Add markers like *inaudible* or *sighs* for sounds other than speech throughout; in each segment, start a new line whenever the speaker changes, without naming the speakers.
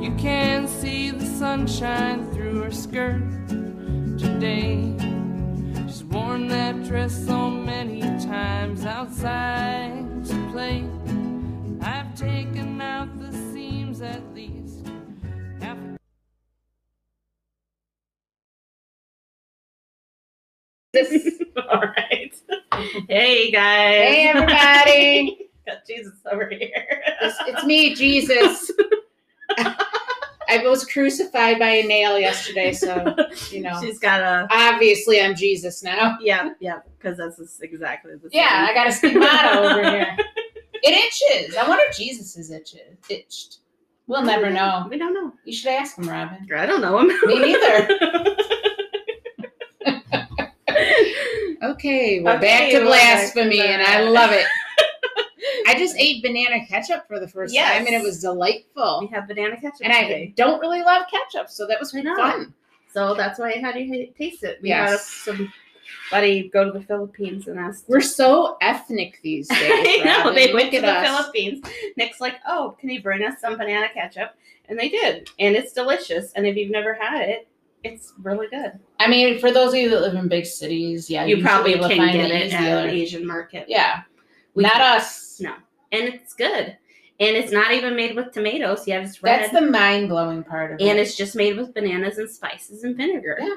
You can see the sunshine through her skirt today. She's worn that dress so many times outside to play. I've taken out the seams at least. half-
This,
*laughs* All right. Hey guys.
hey everybody,
*laughs* Got Jesus over here.
it's, it's me, Jesus. I was crucified by a nail yesterday, so you know,
She's got a
obviously I'm Jesus now.
yeah, yeah, because that's just exactly the same.
Yeah, I got a stigmata over here. It itches. I wonder if Jesus is itches. Itched. We'll never know.
We don't know.
You should ask him, Robin.
I don't know him.
Me neither. Okay, we're back
Okay,
to
we're
blasphemy,
back to
and
that.
I love it. I just ate banana ketchup for the first
Yes.
time, and it was
*laughs* we
delightful.
have banana ketchup
And I
today.
don't really love ketchup, so that was
I know.
fun.
So that's why I had you ha- taste it. We
Yes.
had somebody go to the Philippines and *laughs* asked.
We're so ethnic
*laughs*
these days.
I know
Robin.
they went
Look
to
at
the
us.
Philippines. Nick's like, "Oh, can you bring us some banana ketchup?" And they did, and it's delicious. And if you've never had it, it's really good.
I mean, for those of you that live in big cities, yeah,
you
should be
probably
able to
can
find
get it at an
easier.
Asian market.
Yeah,
We
not
can-
us.
No. and it's good. And it's not even made with tomatoes. Yeah, it's red.
That's the mind blowing part of it.
and it's just made with bananas and spices and vinegar.
Yeah.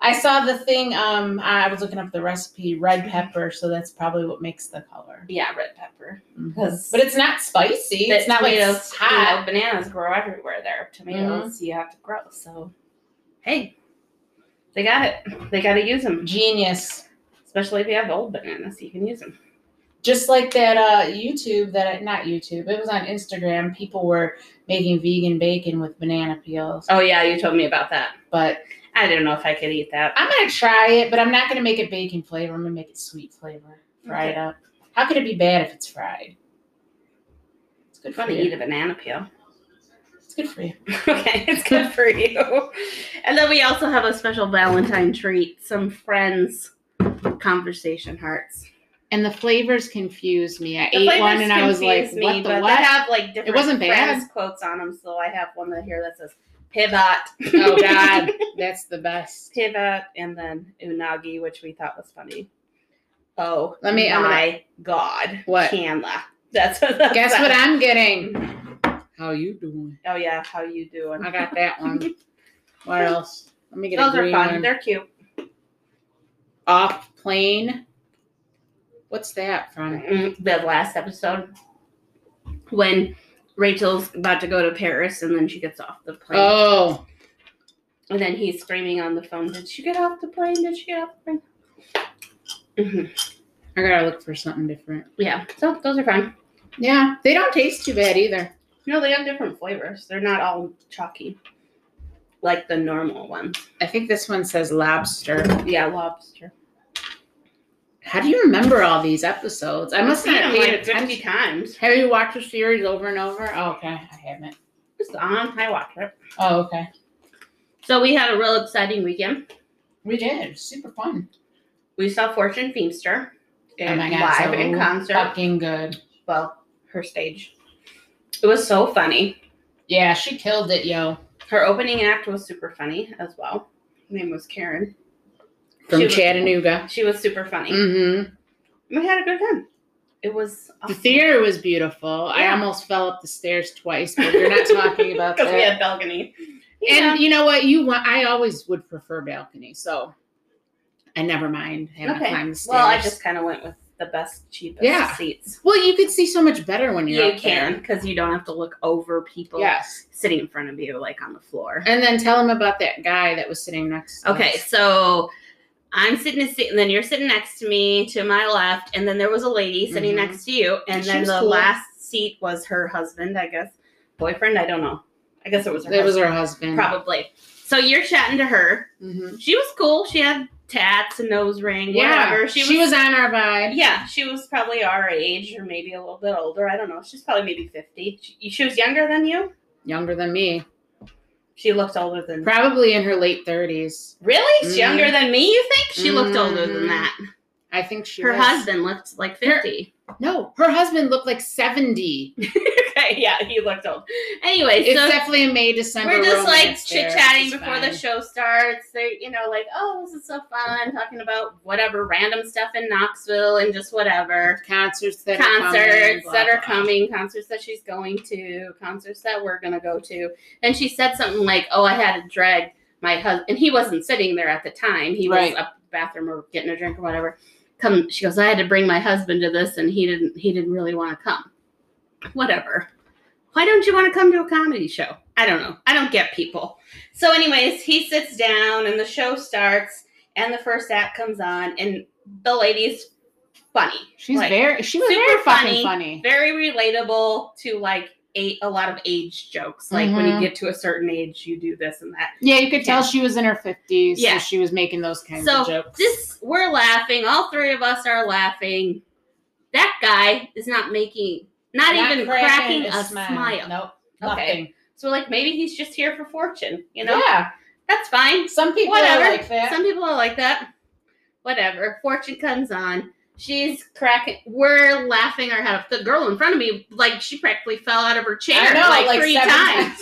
I saw the thing. Um, I was looking up the recipe, red pepper. So that's probably what makes the color. Mm.
Yeah, red pepper. Because
But it's not spicy. It's not like
tomatoes,
it's
you know,
hot. Mm-hmm.
bananas grow everywhere there. Tomatoes, you have to grow. So, hey, they got it. They got to use them.
Genius.
Especially if you have old bananas, you can use them.
Just like that uh, YouTube that not YouTube, it was on Instagram. People were making vegan bacon with banana peels,
Oh, yeah, you told me about that.
but
I don't know if I could eat that.
I'm gonna try it. But I'm not gonna make it bacon flavor. I'm gonna make it sweet flavor, fried
Okay.
up. How could it be bad if it's fried? It's good
It's
for
fun to
you.
eat a banana peel.
It's good for you. *laughs*
Okay, it's good for you. And then we also have a special Valentine treat some friends conversation hearts.
And the flavors confused me. I
The
ate one
flavors
and I was like,
confuse
what the
but
what?
They have like different
wasn't bad.
friends quotes on them, so I have one that here that says pivot.
oh God, that's the best.
*laughs* pivot, and then unagi, which we thought was funny. Oh,
Let me- I'm gonna-
my God,
What?
Canla? That's *laughs* what. That's
Guess what I'm getting?
I. *laughs*
How you doing?
Oh yeah, how you doing?
I got that one.
*laughs*
What else? Let me get
Those
a
are
green
fun.
one.
They're cute.
Off plane. What's that from?
Mm, The last episode when Rachel's about to go to Paris, and then she gets off the plane.
Oh,
And then he's screaming on the phone, Did she get off the plane? Did she get off the plane? hmm
I gotta look for something different.
Yeah, so those are fun.
Yeah, they don't taste too bad either.
No, they have different flavors. They're not all chalky like the normal ones.
I think this one says lobster.
Yeah, lobster.
How do you remember all these episodes? I must not have
eaten
paid
like 50
attention.
times.
Have you watched the series over and over? Oh, okay, I haven't.
It's on. I watch it.
Oh, okay.
So we had a real exciting weekend.
We did. Super fun.
We saw Fortune Feimster
Oh
in
my God,
live
so
in concert.
Fucking good.
Well, her stage. It was so funny.
Yeah, she killed it, yo.
Her opening act was super funny as well. Her name was Karen.
From
She was-
Chattanooga.
She was super funny.
Mm-hmm.
We had a good time. It was
The theater was beautiful. I
Yeah.
almost fell up the stairs twice, but we're not talking *laughs* about
because
that.
we had balcony.
And you know what? You want? I always would prefer balcony, so I never mind having to
okay.
climb the stairs.
well, I just kind of went with the best, cheapest
Yeah.
seats.
well, you could see so much better when you're
You
up
can
there.
because you don't have to look over people
Yes,
sitting in front of you like on the floor.
and then tell him about that guy that was sitting next. to
Okay,
us.
so I'm sitting, to sit, and then you're sitting next to me to my left, and then there was a lady sitting
Mhm.
next to you, and
She
then
was
the
cool.
last seat was her husband, I guess, boyfriend. I don't know. I guess it was her.
that was
husband,
her husband.
probably. So you're chatting to her.
Mhm.
She was cool. She had tats, a nose ring,
Yeah,
whatever.
she, was, on our vibe.
Yeah, she was probably our age or maybe a little bit older. I don't know. She's probably maybe 50. She, she was younger than you?
Younger than me,
She looked older than
probably in her late thirties.
Really? She's
Mhm.
Younger than me, you think? She looked older than
Mhm.
that.
I think she.
Her
was.
*laughs* husband looked like 50.
No, her husband looked like seventy.
yeah, he looked old. Anyway,
It's
so
definitely a May December.
we're just like
romance there,
chit chatting
which is
before
fine.
the show starts. They, you know, like, oh, this is so fun, talking about whatever random stuff in Knoxville and just whatever
Concerts that are coming,
concerts
blah,
that are
blah.
coming, concerts that she's going to, concerts that we're gonna go to. And she said something like, "Oh, I had to drag my husband," and he wasn't sitting there at the time. He
Right.
was up the bathroom or getting a drink or whatever. Come, she goes, "I had to bring my husband to this, and he didn't. He didn't really want to come. Whatever. Why don't you want to come to a comedy show? I don't know. I don't get people. So, anyways, he sits down, and the show starts, and the first act comes on, and the lady's funny.
She's
Like,
very. She was
super
very fucking
funny.
funny.
very relatable to like a, a lot of age jokes. Like when you
Mhm.
get to a certain age, you do this and that.
Yeah, you could tell
Yeah.
she was in her fifties. so
Yeah.
she was making those kinds
So,
of jokes.
This we're laughing. All three of us are laughing. That guy is not making, not, even cracking, a smile.
Nope.
Okay.
Nothing.
So like maybe he's just here for fortune. You know,
Yeah.
that's fine.
Some people
Whatever.
are like that.
Some people are like that. Whatever. Fortune comes on. She's cracking. We're laughing our head off. The girl in front of me, like she practically fell out of her chair
know,
like,
like,
three
seven
*laughs* times.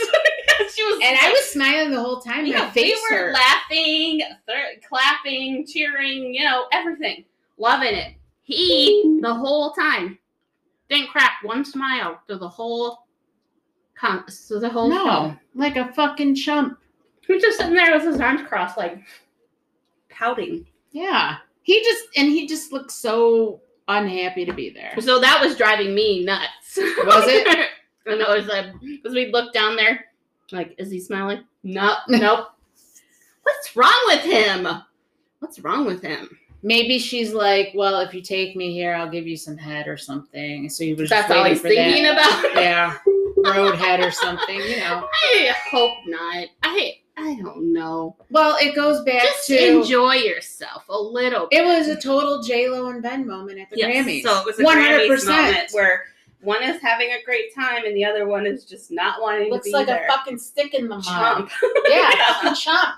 she was
and I
like-
was smiling the whole time.
you
My
know,
face
we were
hurt.
laughing, thir- clapping, cheering, you know, everything, loving it. He the whole time didn't crack one smile through the whole con- so the whole
no, like a fucking chump.
He was just sitting there with his arms crossed, like pouting.
Yeah. He just and he just looked so unhappy to be there.
So that was driving me nuts.
Was it?
*laughs* and it was like because we looked down there, like, is he smiling?
*laughs*
No, nope. What's wrong with him? What's wrong with him?
Maybe she's like, well, if you take me here, I'll give you some head or something. So he was.
That's
just
all
waiting
he's
for
thinking
that.
about. *laughs*
Yeah, road head or something. You know.
I hope not. I I don't know.
Well, it goes back
Just
to
enjoy yourself a little.
it was a total J Lo and Ben moment at the Grammys.
So it was a 100 Grammys moment where one is having a great time and the other one is just not wanting
Looks
to be
like
there.
a fucking stick in the mouth.
Chump.
Yeah, fucking chump.
*laughs*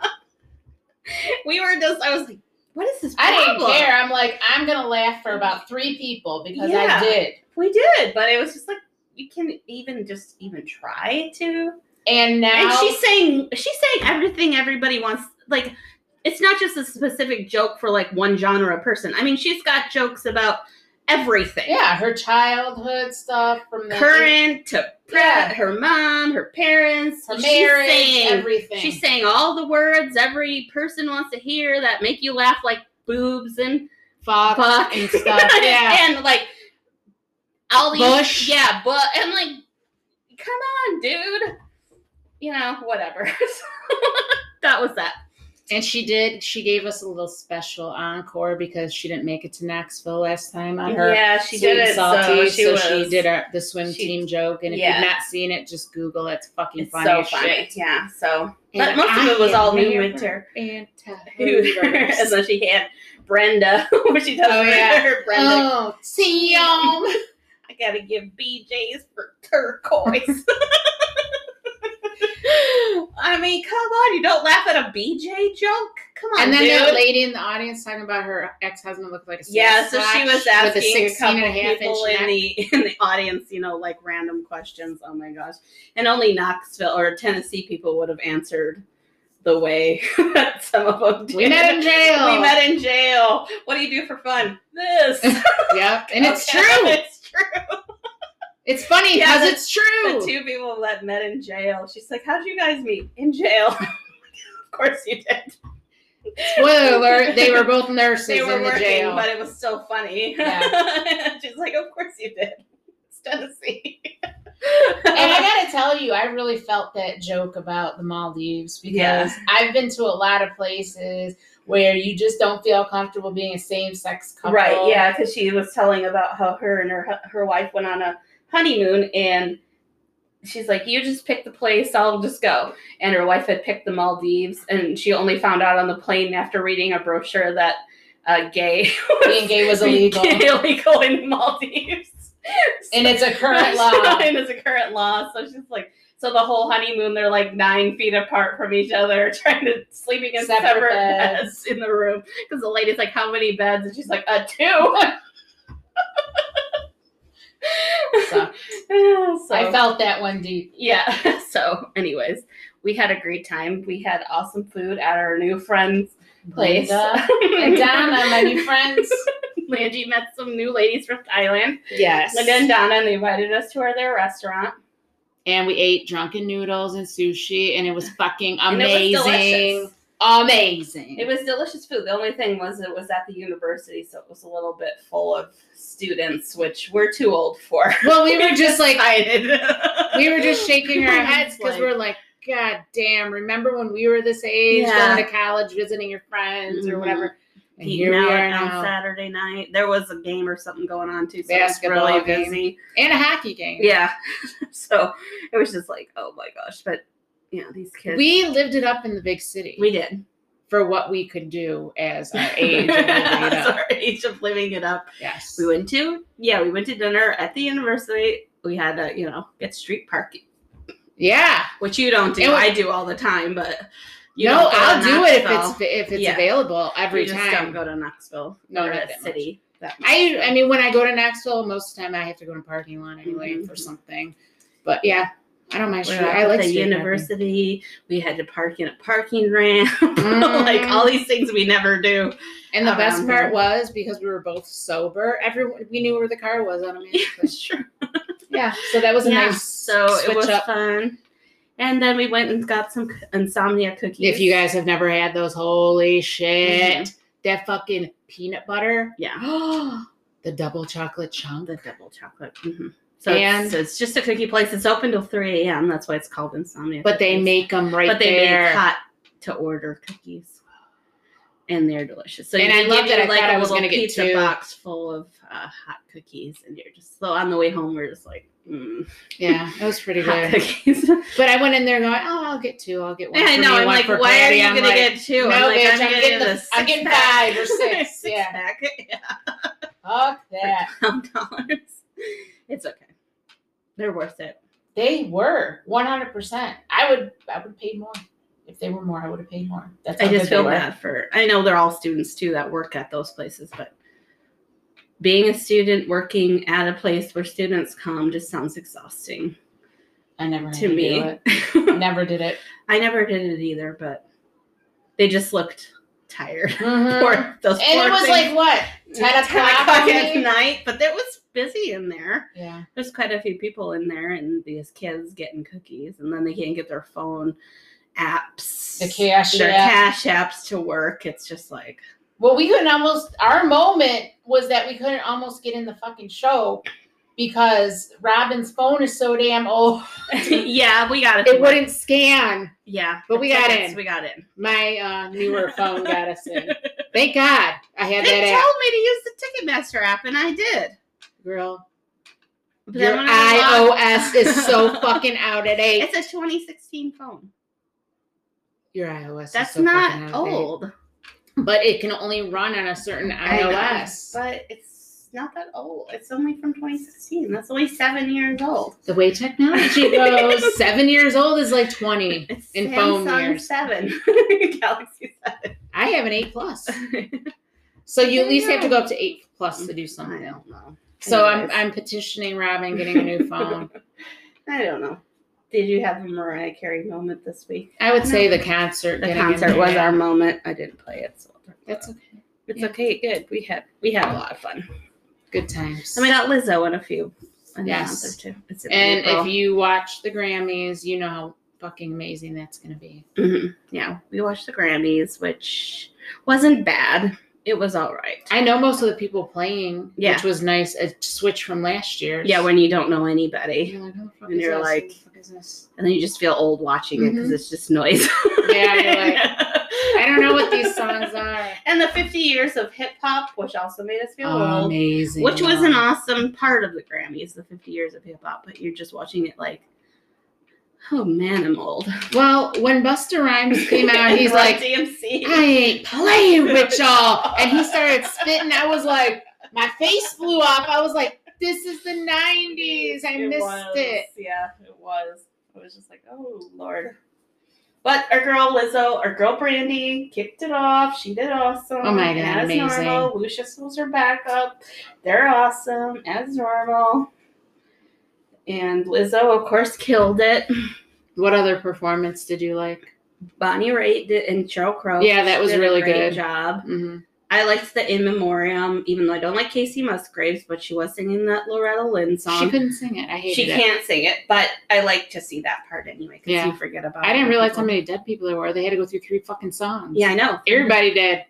We were just. I was like, what is this
I
problem?
didn't care. I'm like, I'm gonna laugh for about three people because
Yeah.
I did.
We did, but it was just like you can even just even try to.
And now
And she's saying she's saying everything everybody wants. Like it's not just a specific joke for like one genre of person. I mean, she's got jokes about everything.
yeah, her childhood stuff from the
Current to pre-
Yeah.
her mom, her parents,
her
she's
marriage,
saying-
everything.
She's saying all the words every person wants to hear that make you laugh, like boobs and
Fox
fuck
and
*laughs*
stuff. Yeah.
and like all these,
Bush.
yeah, but I'm like, come on, dude. You know, whatever. *laughs* that was that.
And she did. She gave us a little special encore because she didn't make it to Knoxville last time on her.
yeah, she
sweet
did
and
it.
salty,
so she, was,
did our, the swim
she-
team joke. And if
yeah.
you've not seen it, just Google it. It's fucking
It's
funny.
so
as
funny.
shit.
Yeah. So,
And
but most of
I
it was all
am
new
never
winter.
And to
*laughs* and
her
so she had Brenda, *laughs* when she does
Oh,
her-
yeah.
her Brenda
Oh, see y'all.
*laughs* I gotta give BJ's for turquoise. *laughs* I mean, come on, you don't laugh at a BJ joke? Come on,
And then
dude.
that lady in the audience talking about her ex husband looked like a
yeah, so she
Sasquatch
was asking
with a,
a,
16
couple
and a half
people
inch
in
neck.
the in the audience, you know, like random questions. Oh my gosh! And only Knoxville or Tennessee people would have answered the way *laughs* that some of them
*laughs*
did.
We met in jail.
*laughs* We met in jail. What do you do for fun? This.
Yep, and *laughs* it's
*laughs* Okay,
true.
It's true.
It's funny
Yeah,
because
the-
it's true.
the two people that met in jail. She's like, "How'd you guys meet in jail?" *laughs* of course you did.
Spoiler alert, they were both nurses
They were
in the
working,
jail.
but it was still funny. *laughs* She's like, "Of course you did." *laughs* It's Tennessee.
and I gotta tell you, I really felt that joke about the Maldives because
Yeah.
I've been to a lot of places where you just don't feel comfortable being a same sex couple.
*laughs* right? Yeah, because she was telling about how her and her her wife went on a honeymoon and. She's like, you just pick the place, I'll just go. And her wife had picked the Maldives, and she only found out on the plane after reading a brochure that uh, gay *laughs*
Being gay was illegal.
illegal in Maldives.
And it's a *laughs*
*laughs*
current law.
and it's a current law. So she's like, so the whole honeymoon, they're like nine feet apart from each other, *laughs* trying to sleeping in
Separate
separate,
beds.
beds. in the room.
*laughs*
Because the lady's like, how many beds? And she's like, uh, two.
So
so
I felt that one deep.
yeah. *laughs* So, anyways, we had a great time. We had awesome food at our new friend's place.
Linda
*laughs*
and Donna, my new friends.
Langie met some new ladies from Thailand.
Yes.
Linda and Donna, and they invited us to our, their restaurant.
And we ate drunken noodles and sushi, and it was fucking
And it
amazing.
was delicious.
amazing.
It was delicious food. The only thing was it was at the university, so it was a little bit full of students, which we're too old for. *laughs*
well, we were just like *laughs* we
we
were
*laughs*
just shaking our heads because
Like-
we're like, God damn! Remember when we were this age,
Yeah.
going to college, visiting your friends or
Mhm.
whatever? And
eating
here we
out
are
on
now,
Saturday night. There was a game or something going on too. So
Basketball
it was
game.
really busy.
and a hockey game.
Yeah. *laughs* so it was just like, oh my gosh. But you know, these kids
we lived it up in the big city
we did.
for what we could do as
*laughs*
our age. and living it
As
up.
our age of living it up.
Yes,
We went to yeah, we went to dinner at the university. We had to, you know, get street parking.
yeah.
Which you don't do.
And we-
I do all the time, but you
no,
don't go to
I'll do it if
Knoxville.
it's if it's
Yeah.
available every
you just
time.
don't go to Knoxville.
No,
or
not
a
that much.
city. That
I
much.
I mean, when I go to Knoxville, most of the time I have to go to a parking lot anyway
Mhm.
for something. But yeah, I don't mind.
We're
Street.
up
I
at
like
the
street parking.
university. We had to park in a parking ramp, *laughs* like
Mhm.
all these things we never do.
And the best
around
part
here.
was because we were both sober. Everyone we knew where the car was
*laughs*
on a man's
sure.
Yeah, so that was a
Yeah,
nice
so
switch
it was
up.
fun. And then we went and got some c- insomnia cookies.
If you guys have never had those, holy shit!
Mm-hmm.
That fucking peanut
*gasps*
butter,
yeah,
the double chocolate chunk.
the double chocolate. hmm So,
And-
it's, so it's just a cookie place. It's open till three a.m. That's why it's called insomnia.
But they
Cookies.
make them right
but they
there.
make hot to order cookies, and they're delicious. So
And I
they give
love that
you,
I
like
thought
a
I was
little
gonna get
pizza
two.
box full of uh, hot cookies, and you're just so on the way home we're just like. Mm,
yeah, it was pretty
hot
good.
cookies. *laughs* And
But I went in there going, oh, I'll get two. I'll get one.
*laughs* I
for
know.
me,
I'm
one
like,
for
why are
Patty."
you
I'm
gonna
like,
get two?
"No,
like,
bitch, I'm getting
a
the- I'm getting
six-pack."
five
*laughs*
or six, yeah.
Six-pack, *laughs* yeah.
Fuck that.
For Twelve dollars. It's okay. They're worth it.
They were one hundred percent. I would I would pay more if they were more. I would have paid more. That's
I
how
just
good they
feel
were.
bad for. I know they're all students too that work at those places, but being a student working at a place where students come just sounds exhausting
I never had
to
do
me.
it. Never did *laughs* it.
*laughs* I never did it either, but they just looked tired.
Mhm.
Poor- those
And
poor
it was
things.
like what
*laughs*
10 o'clock, I
at
mean?
night, but there was busy in there.
Yeah.
There's quite a few people in there, and these kids getting cookies, and then they can't get their phone apps,
The cash
their
app.
cash apps to work. It's just like.
Well, we couldn't almost. Our moment was that we couldn't almost get in the fucking show because Robin's phone is so damn old.
*laughs* yeah, we got it.
*laughs* It wouldn't scan.
Yeah,
But
the
we got
tickets,
in.
We got in.
My uh, newer phone got us *laughs* in. Thank God I
They
had
told me
that
to
app,
use the Ticketmaster app, and I did.
girl.
But
Your
then when I logged-
iOS is *laughs* so fucking out of date.
It's a 2016 phone.
Your iOS.
That's
is so fucking
not
out of date.
old.
but it can only run on a certain
I know,
iOS.
but it's not that old. It's only from 2016. That's only seven years old.
The way technology
*laughs*
goes, seven years old is like twenty.
It's
In phone
Samsung
years.
Seven, *laughs* Galaxy Seven.
I have an eight
*laughs*
plus, so you at least have to go up to eight plus to do
I
something.
don't know.
So I'm
Anyways.
I'm petitioning Robin getting a
*laughs*
new phone.
I don't know. Did you have a Mariah Carey moment this week?
I would say the concert.
The
getting in
concert was
there.
our moment. I didn't play it, so I'll talk about
That's okay.
It's
Yeah.
okay. Good. We had we had a lot of fun.
Good times.
I mean, got Lizzo and a few. And
Yes.
Too. It's in
and
April.
if you watch the Grammys, you know how fucking amazing that's gonna be.
Mhm. yeah, we watched the Grammys, which wasn't bad. It was all right.
I know most of the people playing,
Yeah.
which was nice. A switch from last year.
Yeah, when you don't know anybody,
you're like, who the fuck
and
is
you're
this? Who
like-
the fuck is this?
and then you just feel old watching it because it's just noise.
Mm-hmm. *laughs* Yeah, you're like, I don't know what these songs are.
*laughs* And the 50 years of hip hop, which also made us feel old.
Amazing.
which was an awesome part of the Grammys, the 50 years of hip hop. But you're just watching it like, oh man, I'm old.
Well, when Buster Rhymes came *laughs* out,
*laughs*
he's
Run
like,
DMC.
I ain't playing with y'all. And he started spitting. I was like, my face blew off. I was like, this is the 90s. I missed
was,
it.
Yeah, it was. I was just like, oh lord. But our girl Lizzo, our girl Brandy, kicked it off. She did awesome.
Oh my God,
as
amazing.
normal. Lucius was her backup. They're awesome as normal. And Lizzo, of course, killed it.
What other performance did you like?
Bonnie Raitt did, and Cheryl Crow.
Yeah, that was
did a
really
great
good.
job.
hmm
I liked the In Memoriam, even though I don't like Casey Musgraves, but she was singing that Loretta Lynn
She
song.
couldn't sing it. I hated
She
it.
can't sing it, but I like to see that part anyway because
Yeah.
you forget about.
I didn't
other
realize how
people.
many dead people there were. They had to go through three fucking songs.
Yeah, I know.
Everybody dead.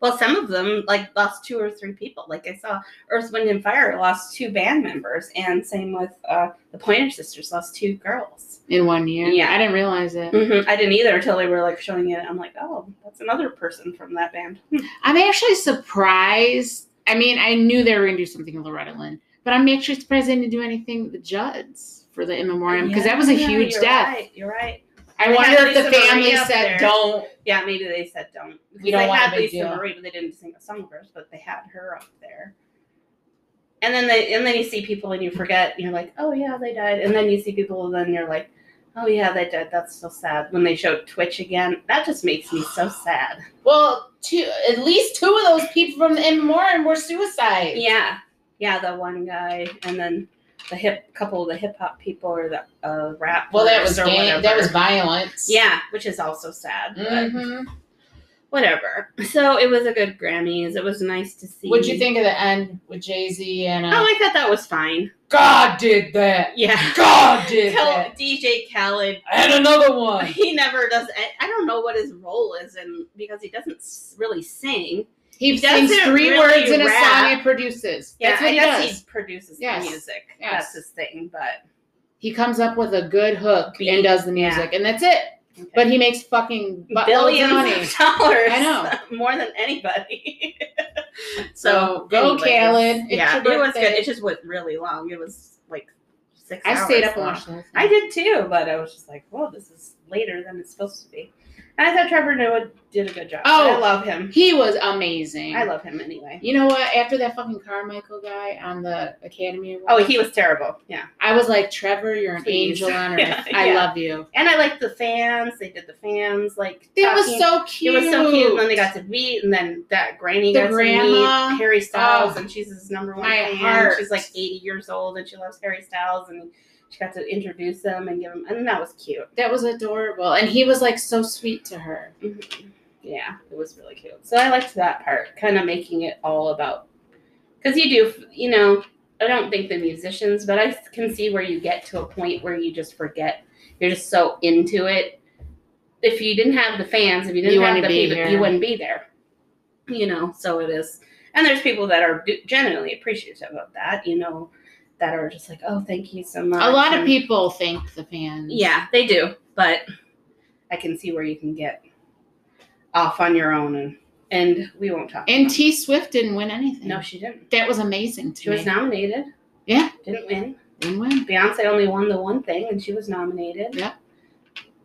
Well, some of them like lost two or three people. Like I saw Earth, Wind, and Fire lost two band members, and same with uh, the Pointer Sisters lost two girls.
in one year.
Yeah.
I didn't realize it.
Mhm. I didn't either until they were like showing it. I'm like, oh, that's another person from that band.
I'm actually surprised. I mean, I knew they were going to do something with Loretta Lynn, but I'm actually surprised they didn't do anything with the Judds for the in memoriam because that was a
Yeah,
huge
you're
death.
Right, you're right.
I
They
wonder
had
if the
Lisa Marie
family
up
said
there.
don't.
Yeah, maybe they said don't.
We don't
they
want a
had
big
Lisa
deal.
Marie, but they didn't sing a song first, but they had her up there. And then they and then you see people and you forget, and you're like, Oh yeah, they died. And then you see people and then you're like, Oh yeah, they died. That's so sad. When they show Twitch again, that just makes me so sad.
Well, two at least two of those people from the in memoriam were suicides.
Yeah. Yeah, the one guy and then the hip couple of the hip hop people or the uh rap.
Well, that was
or
gang,
whatever.
that was violence.
Yeah, which is also sad. But
Mhm.
whatever. So it was a good Grammys. It was nice to see.
What'd you think of the end with Jay Z and uh,
Oh, I thought that was fine.
God did that? *laughs*
Yeah.
God did
*laughs* Tell
that? Oh.
DJ Khaled.
And another one.
He never does. I, I don't know what his role is, in because he doesn't s- really sing.
He
doesn't
sings three
really
words in a
rap.
song and produces.
Yeah,
That's what
I
he
guess
does.
he produces
Yes.
the music.
Yes.
That's his thing. But
He comes up with a good hook
Beat,
and does the
yeah.
music, and that's it. But he makes fucking buttloads of
billions
money.
of *laughs* dollars.
I know.
*laughs* more than anybody. *laughs*
So, go Khaled. It's
yeah,
your
it was good.
birthday.
It just went really long. It was like six.
I stayed
hours
up and
long.
watched the whole thing.
I did too, but I was just like, "Well, this is later than it's supposed to be." And I thought Trevor Noah did a good job.
Oh.
I love him.
He was amazing.
I love him anyway.
You know what? After that fucking Carmichael guy on the Academy Award,
Oh, he was terrible. Yeah,
I was like, Trevor, you're an
Please.
angel
*laughs*
on earth.
Yeah,
I
yeah.
love you.
and I liked the fans. They did the fans like
It was
talking.
so cute.
It was so cute. And then they got to meet, and then that granny
The
got to
grandma.
meet Harry Styles,
Oh,
and she's his number one
my
fan.
heart.
She's like eighty years old, and she loves Harry Styles, and she got to introduce him and give him, and that was cute.
that was adorable, and he was like so sweet to her.
Mm-hmm. Yeah, it was really cute. So I liked that part, kind of making it all about because you do, you know. I don't think the musicians, but I can see where you get to a point where you just forget. You're just so into it. If you didn't have the fans, if you didn't
You
have
wouldn't
the
be
people,
here.
you wouldn't be there. You know, so it is. And there's people that are do- genuinely appreciative of that. You know, that are just like, oh, thank you so much.
A lot of
and-
people thank the fans.
yeah, they do, but I can see where you can get off on your own, and and we won't talk.
And
about
T Swift didn't win anything.
it. no, she didn't.
that was amazing to
She
me.
was nominated.
Yeah.
didn't win.
Didn't win.
Beyonce only won the one thing, and she was nominated.
Yeah.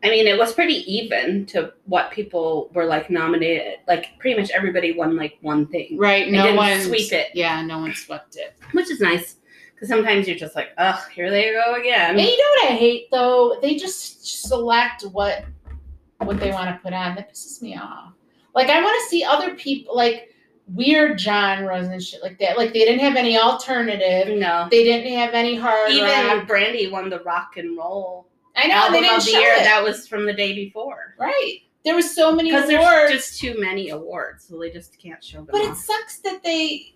I mean, it was pretty even to what people were like nominated. Like pretty much everybody won like one thing,
Right. No
didn't
one
sweep it.
Yeah, no one swept it.
which is nice because sometimes you're just like, ugh, here they go again.
And you know what I hate though? They just select what what they want to put on. That pisses me off. Like I want to see other people like weird genres and shit like that. Like they didn't have any alternative.
No,
They didn't have any hard
even
rock.
Brandy won the rock and roll
I know and they
album
didn't
of the
show
year.
it.
That was from the day before.
right. There was so many
Because
awards.
there's just too many awards, so they just can't show them.
But it sucks that they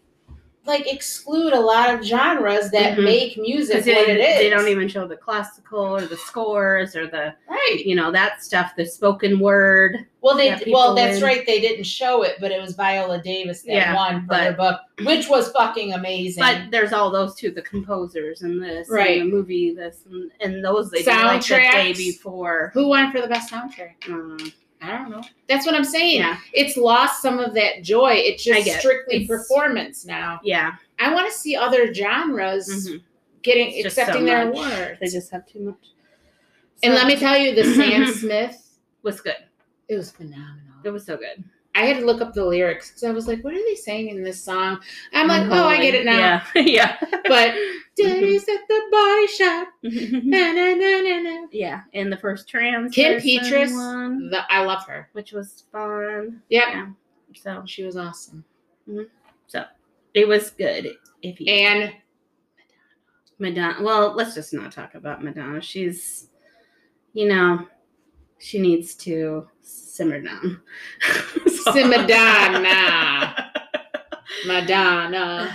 like exclude a lot of genres that
Mhm.
make music
because they,
what it is.
they don't even show the classical or the scores or the
right.
you know that stuff, the spoken word.
Well, they
Yeah, people
well that's
win.
right. They didn't show it, but it was Viola Davis that
Yeah,
won for
but-
her book, which was fucking amazing.
But there's all those too, the composers and this,
Right.
And the movie, this, and, and those they do like the day
Soundtracks.
before.
who won for the best soundtrack?
Um,
I don't know. That's what I'm saying.
yeah,
It's lost some of that joy. It's
I
just
get it.
strictly
It's-
performance now.
yeah.
I want to see other genres
mhm.
getting
It's just so
accepting their
much.
awards.
They just have too much.
and
So-
let me tell you, the *laughs* Sam Smith,
was good.
it was phenomenal.
It was so good.
I had to look up the lyrics because I was like, what are they saying in this song? I'm like, oh, I get it now.
Yeah, *laughs*
*laughs* But
Mhm.
days at the body shop. *laughs*
yeah,
Na, na, na, na, na.
yeah. And the first trans
Kim
person
Petras.
one,
The- I love her.
which was fun.
Yep.
Yeah. So
She was awesome.
it was good. If you
And
Madonna. Well, let's just not talk about Madonna. She's, you know, she needs to simmer down. *laughs* So-
Simmer down now. *laughs* Madonna.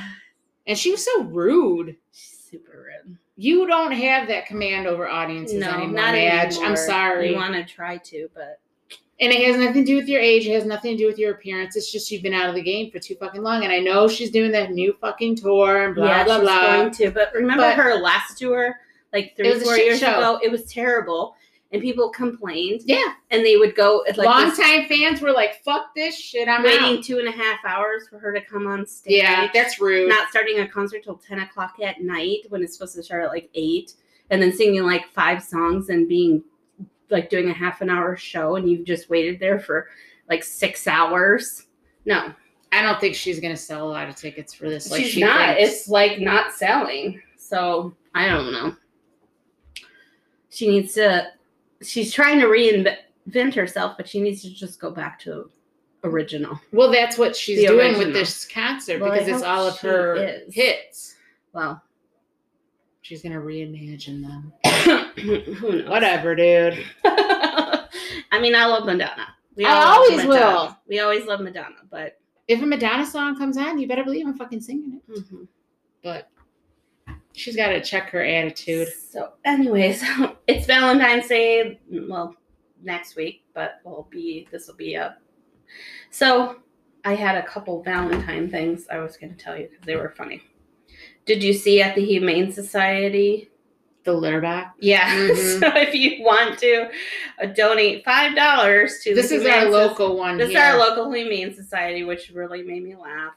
And she was so rude.
She's super rude.
You don't have that command over audiences
No,
anymore,
not
Madge.
anymore.
I'm sorry.
You want to try to, but
and it has nothing to do with your age. It has nothing to do with your appearance. It's just you've been out of the game for too fucking long. And I know she's doing that new fucking tour and blah,
yeah,
blah,
she's
blah.
going to. But remember
But-
her last tour, like
It
three,
was a
four
shit
years
show.
ago, it was terrible, and people complained,
yeah.
and they would go it's like
Long
this-
time fans were like, fuck this shit. I'm out.
waiting two and a half hours for her to come on stage.
Yeah, that's rude.
not starting a concert till 10 o'clock at night when it's supposed to start at like 8 and then singing like five songs and being like doing a half an hour show and you've just waited there for like six hours no
I don't think she's gonna sell a lot of tickets for this. Like
she's
she
not
thinks.
it's like not selling so i don't know she needs to she's trying to reinvent herself but she needs to just go back to original
well, that's what she's
The
doing with
original.
this concert
Well, I
because it's
hope
all of
she
her
is.
hits.
well *coughs*
She's gonna reimagine them.
who knows
Whatever, dude.
*laughs* I mean, I love Madonna. We
I
all love
always
Madonna.
will.
We always love Madonna, but
If a Madonna song comes on, you better believe I'm fucking singing it.
mm-hmm.
But she's got to check her attitude.
So, anyways, *laughs* it's Valentine's Day. Well, next week, but we'll be this will be up. So, I had a couple Valentine things I was going to tell you because they were funny. Did you see at the Humane Society
The litter box.
Yeah. *laughs*
Mhm.
so if you want to uh, donate five dollars to the
This is
Humane
our
Soc-
local one.
This
here.
is our local humane society, which really made me laugh.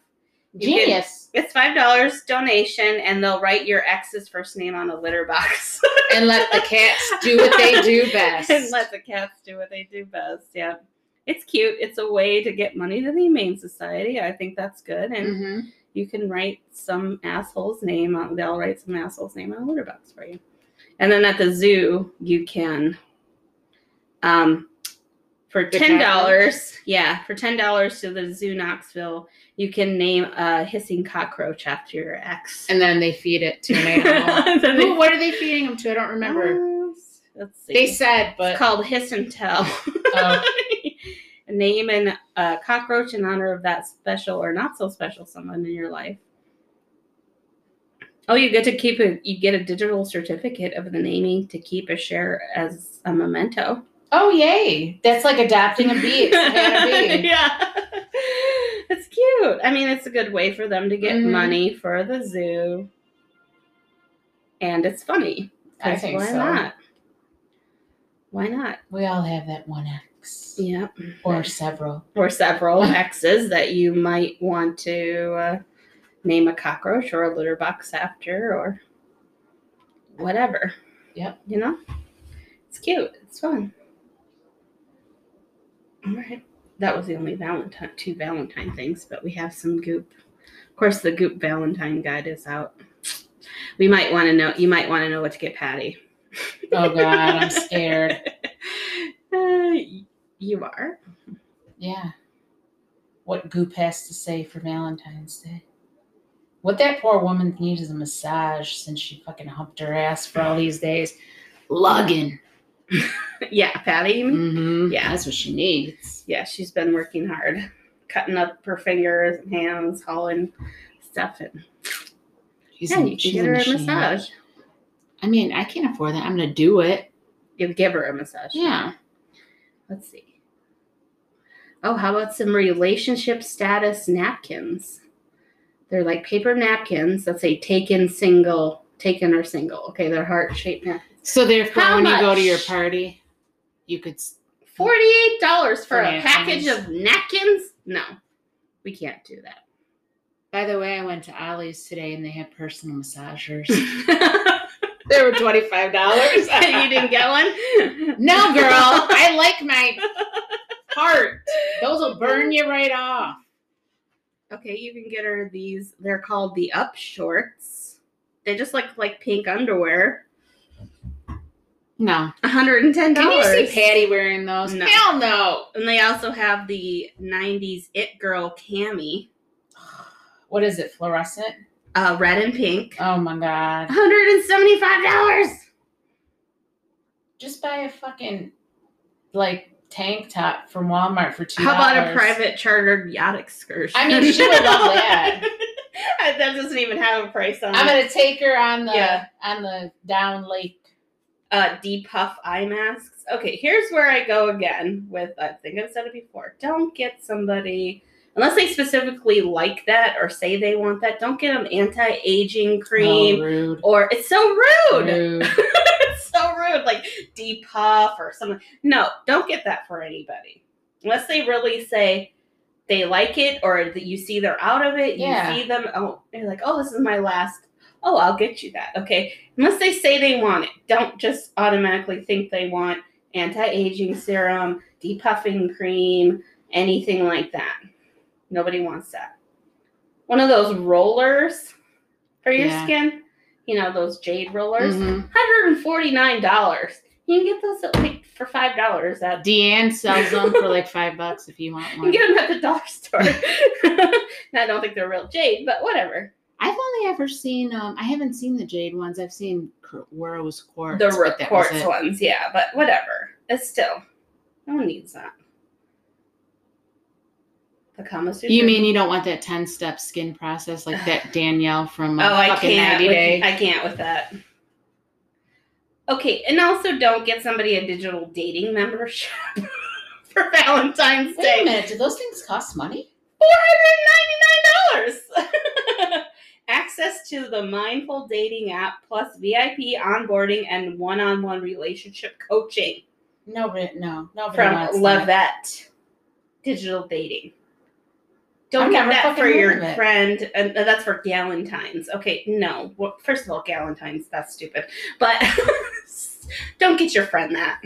You can-
genius.
it's five dollars donation, and they'll write your ex's first name on a litter box. *laughs*
and let the cats do what they do best.
and *laughs* let the cats do what they do best. Yeah. It's cute. It's a way to get money to the Humane Society. I think that's good. And
Mhm.
you can write some asshole's name on they'll write some asshole's name on a litter box for you and then at the zoo you can um for
The cockroach?
ten dollars yeah for ten dollars to the zoo knoxville you can name a hissing cockroach after your ex
And then they feed it
*laughs*
to an animal.
Then they-
Who- what are they feeding them to? I don't remember.
let's see
They said,
it's
but
called hiss and tell
Oh.
name and a cockroach in honor of that special or not so special someone in your life. Oh, you get to keep a you get a digital certificate of the naming to keep a share as a memento.
Oh yay! That's like adopting a
*laughs*
bee. It's having a bee.
yeah. It's cute. I mean, it's a good way for them to get
Mhm.
money for the zoo. And it's funny.
I
'cause
think
why
so.
not? Why not?
We all have that one X
Yeah.
or several.
or several X's that you might want to uh, name a cockroach or a litter box after or whatever.
Yep.
You know? It's cute. It's fun. All right. That was the only Valentine, two Valentine things, but we have some goop. Of course, the goop Valentine guide is out. We might want to know, you might want to know what to get Patty. *laughs*
Oh god, I'm scared.
Uh, y- you are. *laughs*
Yeah. What Goop has to say for Valentine's Day. What that poor woman needs is a massage since she fucking humped her ass for all these days. Lugging.
yeah, Patty, you mean?
Mm-hmm.
Yeah.
Yeah, that's what she needs.
yeah, she's been working hard, cutting up her fingers and hands, hauling stuff. And
She's
yeah,
a-
you can
she's
get her a
machine.
massage.
I mean, I can't afford that. I'm gonna do it.
You give her a massage.
Yeah.
Let's see. Oh, how about some relationship status napkins? They're like paper napkins that say taken single, taken or single. Okay, they're heart shaped napkins.
So therefore,
How
when you go to your
much?
party, you could s-
Forty-eight dollars for a
Napkins.
package of napkins? No, we can't do
*laughs*
that. *laughs*
By the way, I went to Ollie's today and they had personal massagers.
*laughs*
they were twenty five *laughs* dollars.
you didn't get one?
No, girl, I like
*laughs*
my heart. Those will burn you right off.
Okay, you can get her these. They're called the up shorts. They just look like pink underwear.
No,
$110.
can you see Patty wearing those?
No.
Hell no.
And they also have the 90s It Girl cami.
What is it? Fluorescent?
uh, red and pink.
Oh my god.
$175.
Just buy a fucking like tank top from Walmart for two.
How about a private chartered yacht excursion?
I mean, she
*laughs*
would love that.
that doesn't even have a price on
I'm
it.
gonna take her on the
Yeah.
on the down lake.
uh, depuff eye masks. Okay, here's where I go again with I think I've said it before. Don't get somebody unless they specifically like that or say they want that. Don't get them anti-aging cream
Oh, rude.
or it's so rude.
Rude.
*laughs* it's so rude, like depuff or something. No, don't get that for anybody unless they really say they like it or that you see they're out of it. You
Yeah.
see them. Oh, they're like, oh, this is my last. Oh, I'll get you that. Okay. Unless they say they want it, don't just automatically think they want anti-aging serum, depuffing cream, anything like that. Nobody wants that. One of those rollers for your
Yeah.
skin, you know, those jade rollers.
Mm-hmm.
$149. You can get those at like for five dollars at
Deanne sells them for like five bucks if you want
you *laughs* can
one.
get them at the dollar store. *laughs* I don't think they're real jade, but whatever.
I've only ever seen um I haven't seen the jade ones. I've seen cor- rose quartz.
The
but that was
quartz
it.
ones, yeah, but whatever. It's still no one needs that. The Kama Sutra.
You mean you don't want that ten step skin process like
*sighs*
that Danielle from uh,
Oh, I
fucking
can't.
90
With,
Day?
I can't with that. Okay, and also don't get somebody a digital dating membership *laughs* for Valentine's Day.
Wait a minute, do those things cost money?
$499. *laughs* Access to the Mindful Dating app plus VIP onboarding and one-on-one relationship coaching
No, but no, nobody
from
wants
Lovette
that.
Digital Dating. Don't
I've
get
never
that
fucking
for
heard
your
of it.
friend. And uh, that's for Galentine's. Okay, no. Well, first of all, Galentine's, that's stupid. But *laughs* don't get your friend that.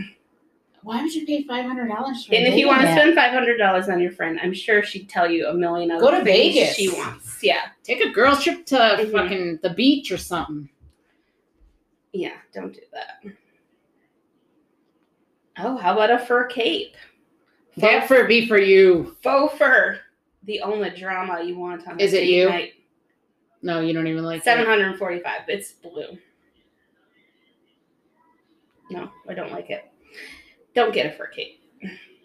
Why would you pay five hundred dollars for? a
And if
dating
you want to
app?
spend five hundred dollars on your friend, I'm sure she'd tell you a million other
Go to
things
Vegas.
she wants. Yeah.
take a girls trip to
Mhm.
fucking the beach or something.
Yeah, don't do that. Oh, how about a fur cape?
That for be for you.
Faux fur. The only drama you want on a
Is it
date
you?
night.
No, you don't even like
Seven
that.
hundred and forty-five. It's blue. No, I don't like it. Don't get a fur cape.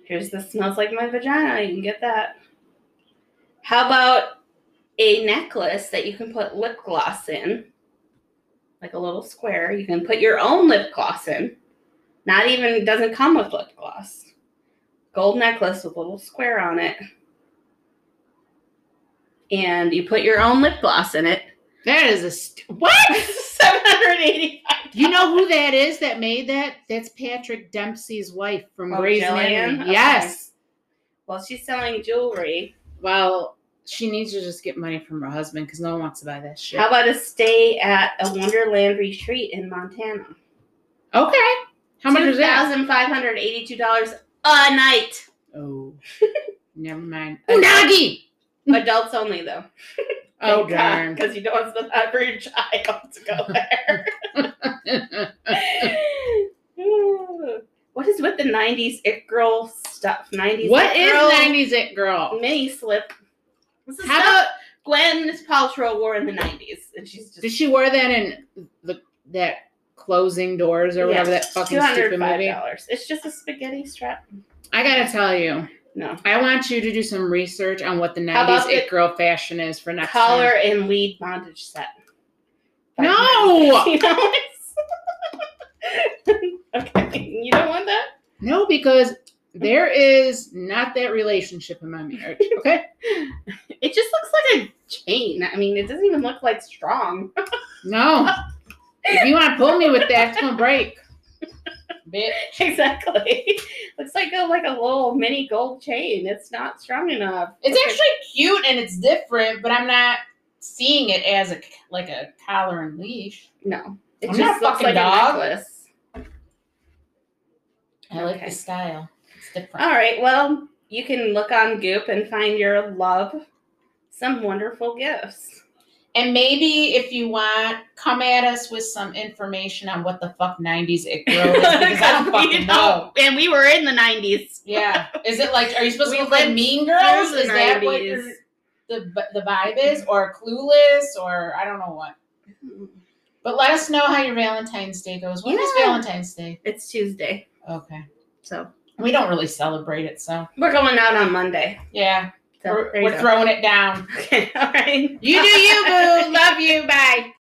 Here's the smells like my vagina. You can get that. How about a necklace that you can put lip gloss in? Like a little square. You can put your own lip gloss in. Not even it doesn't come with lip gloss. Gold necklace with a little square on it. And you put your own lip gloss in it.
That is a st-
What? 780.
You know who that is that made that? That's Patrick Dempsey's wife from
Oh,
Grey's
Jillian?
Anatomy.
Okay.
Yes.
Well, she's selling jewelry.
Well, she needs to just get money from her husband because no one wants to buy that shit.
How about a stay at a Wonderland retreat in Montana?
okay. How much is that?
$2,582
*laughs*
a night. *laughs*
Oh. Never mind. Unagi!
Adults only, though.
Oh, darn.
Because you don't want to spend that for your child to
*laughs*
go there. *sighs* *laughs* Ooh. what is with the 90s it girl stuff? 90s
what
it
is
girl
90s It Girl?
mini slip? This is
How
stuff
about,
Gwen Paltrow wore in the 90s. And she's just
did she wear that in the that closing doors or whatever that fucking stupid movie?
dollars. It's just a spaghetti strap.
I gotta tell you,
No.
I want you to do some research on what the 90s
How about
It
the
Girl fashion is for next time.
Collar and lead bondage set.
No!
*laughs* You know it's- *laughs* okay. You don't want that?
No, because there
Mm-hmm.
is not that relationship in my marriage. Okay.
It just looks like a chain. I mean, it doesn't even look like strong. *laughs*
No. If you want to pull me with that, it's gonna break. Bitch.
exactly. *laughs* looks like a like a little mini gold chain. It's not strong enough.
It's actually cute and it's different, but I'm not seeing it as a like a collar and leash.
no. It
I'm not
just looks
fucking
like
dog.
a necklace.
I like
Okay.
the style. It's different.
All right. Well, you can look on Goop and find your love some wonderful gifts.
And maybe if you want, come at us with some information on what the fuck '90s it
*laughs*
girl is because I don't
We
fucking know.
And we were in the 90s.
Yeah, is it like? Are you supposed
We
to look like
lived
Mean Girls?
through the
Is that what
90s.
you're? the the vibe is, or clueless, or I don't know what. But let us know how your Valentine's Day goes. When is
Yeah.
Valentine's Day?
It's Tuesday,
Okay.
so
We don't really celebrate it, so
we're going out on Monday.
yeah,
So
we're,
there you
we're
go. *laughs*
throwing it down.
okay, all right. *laughs*
You do you, boo. Love you. Bye.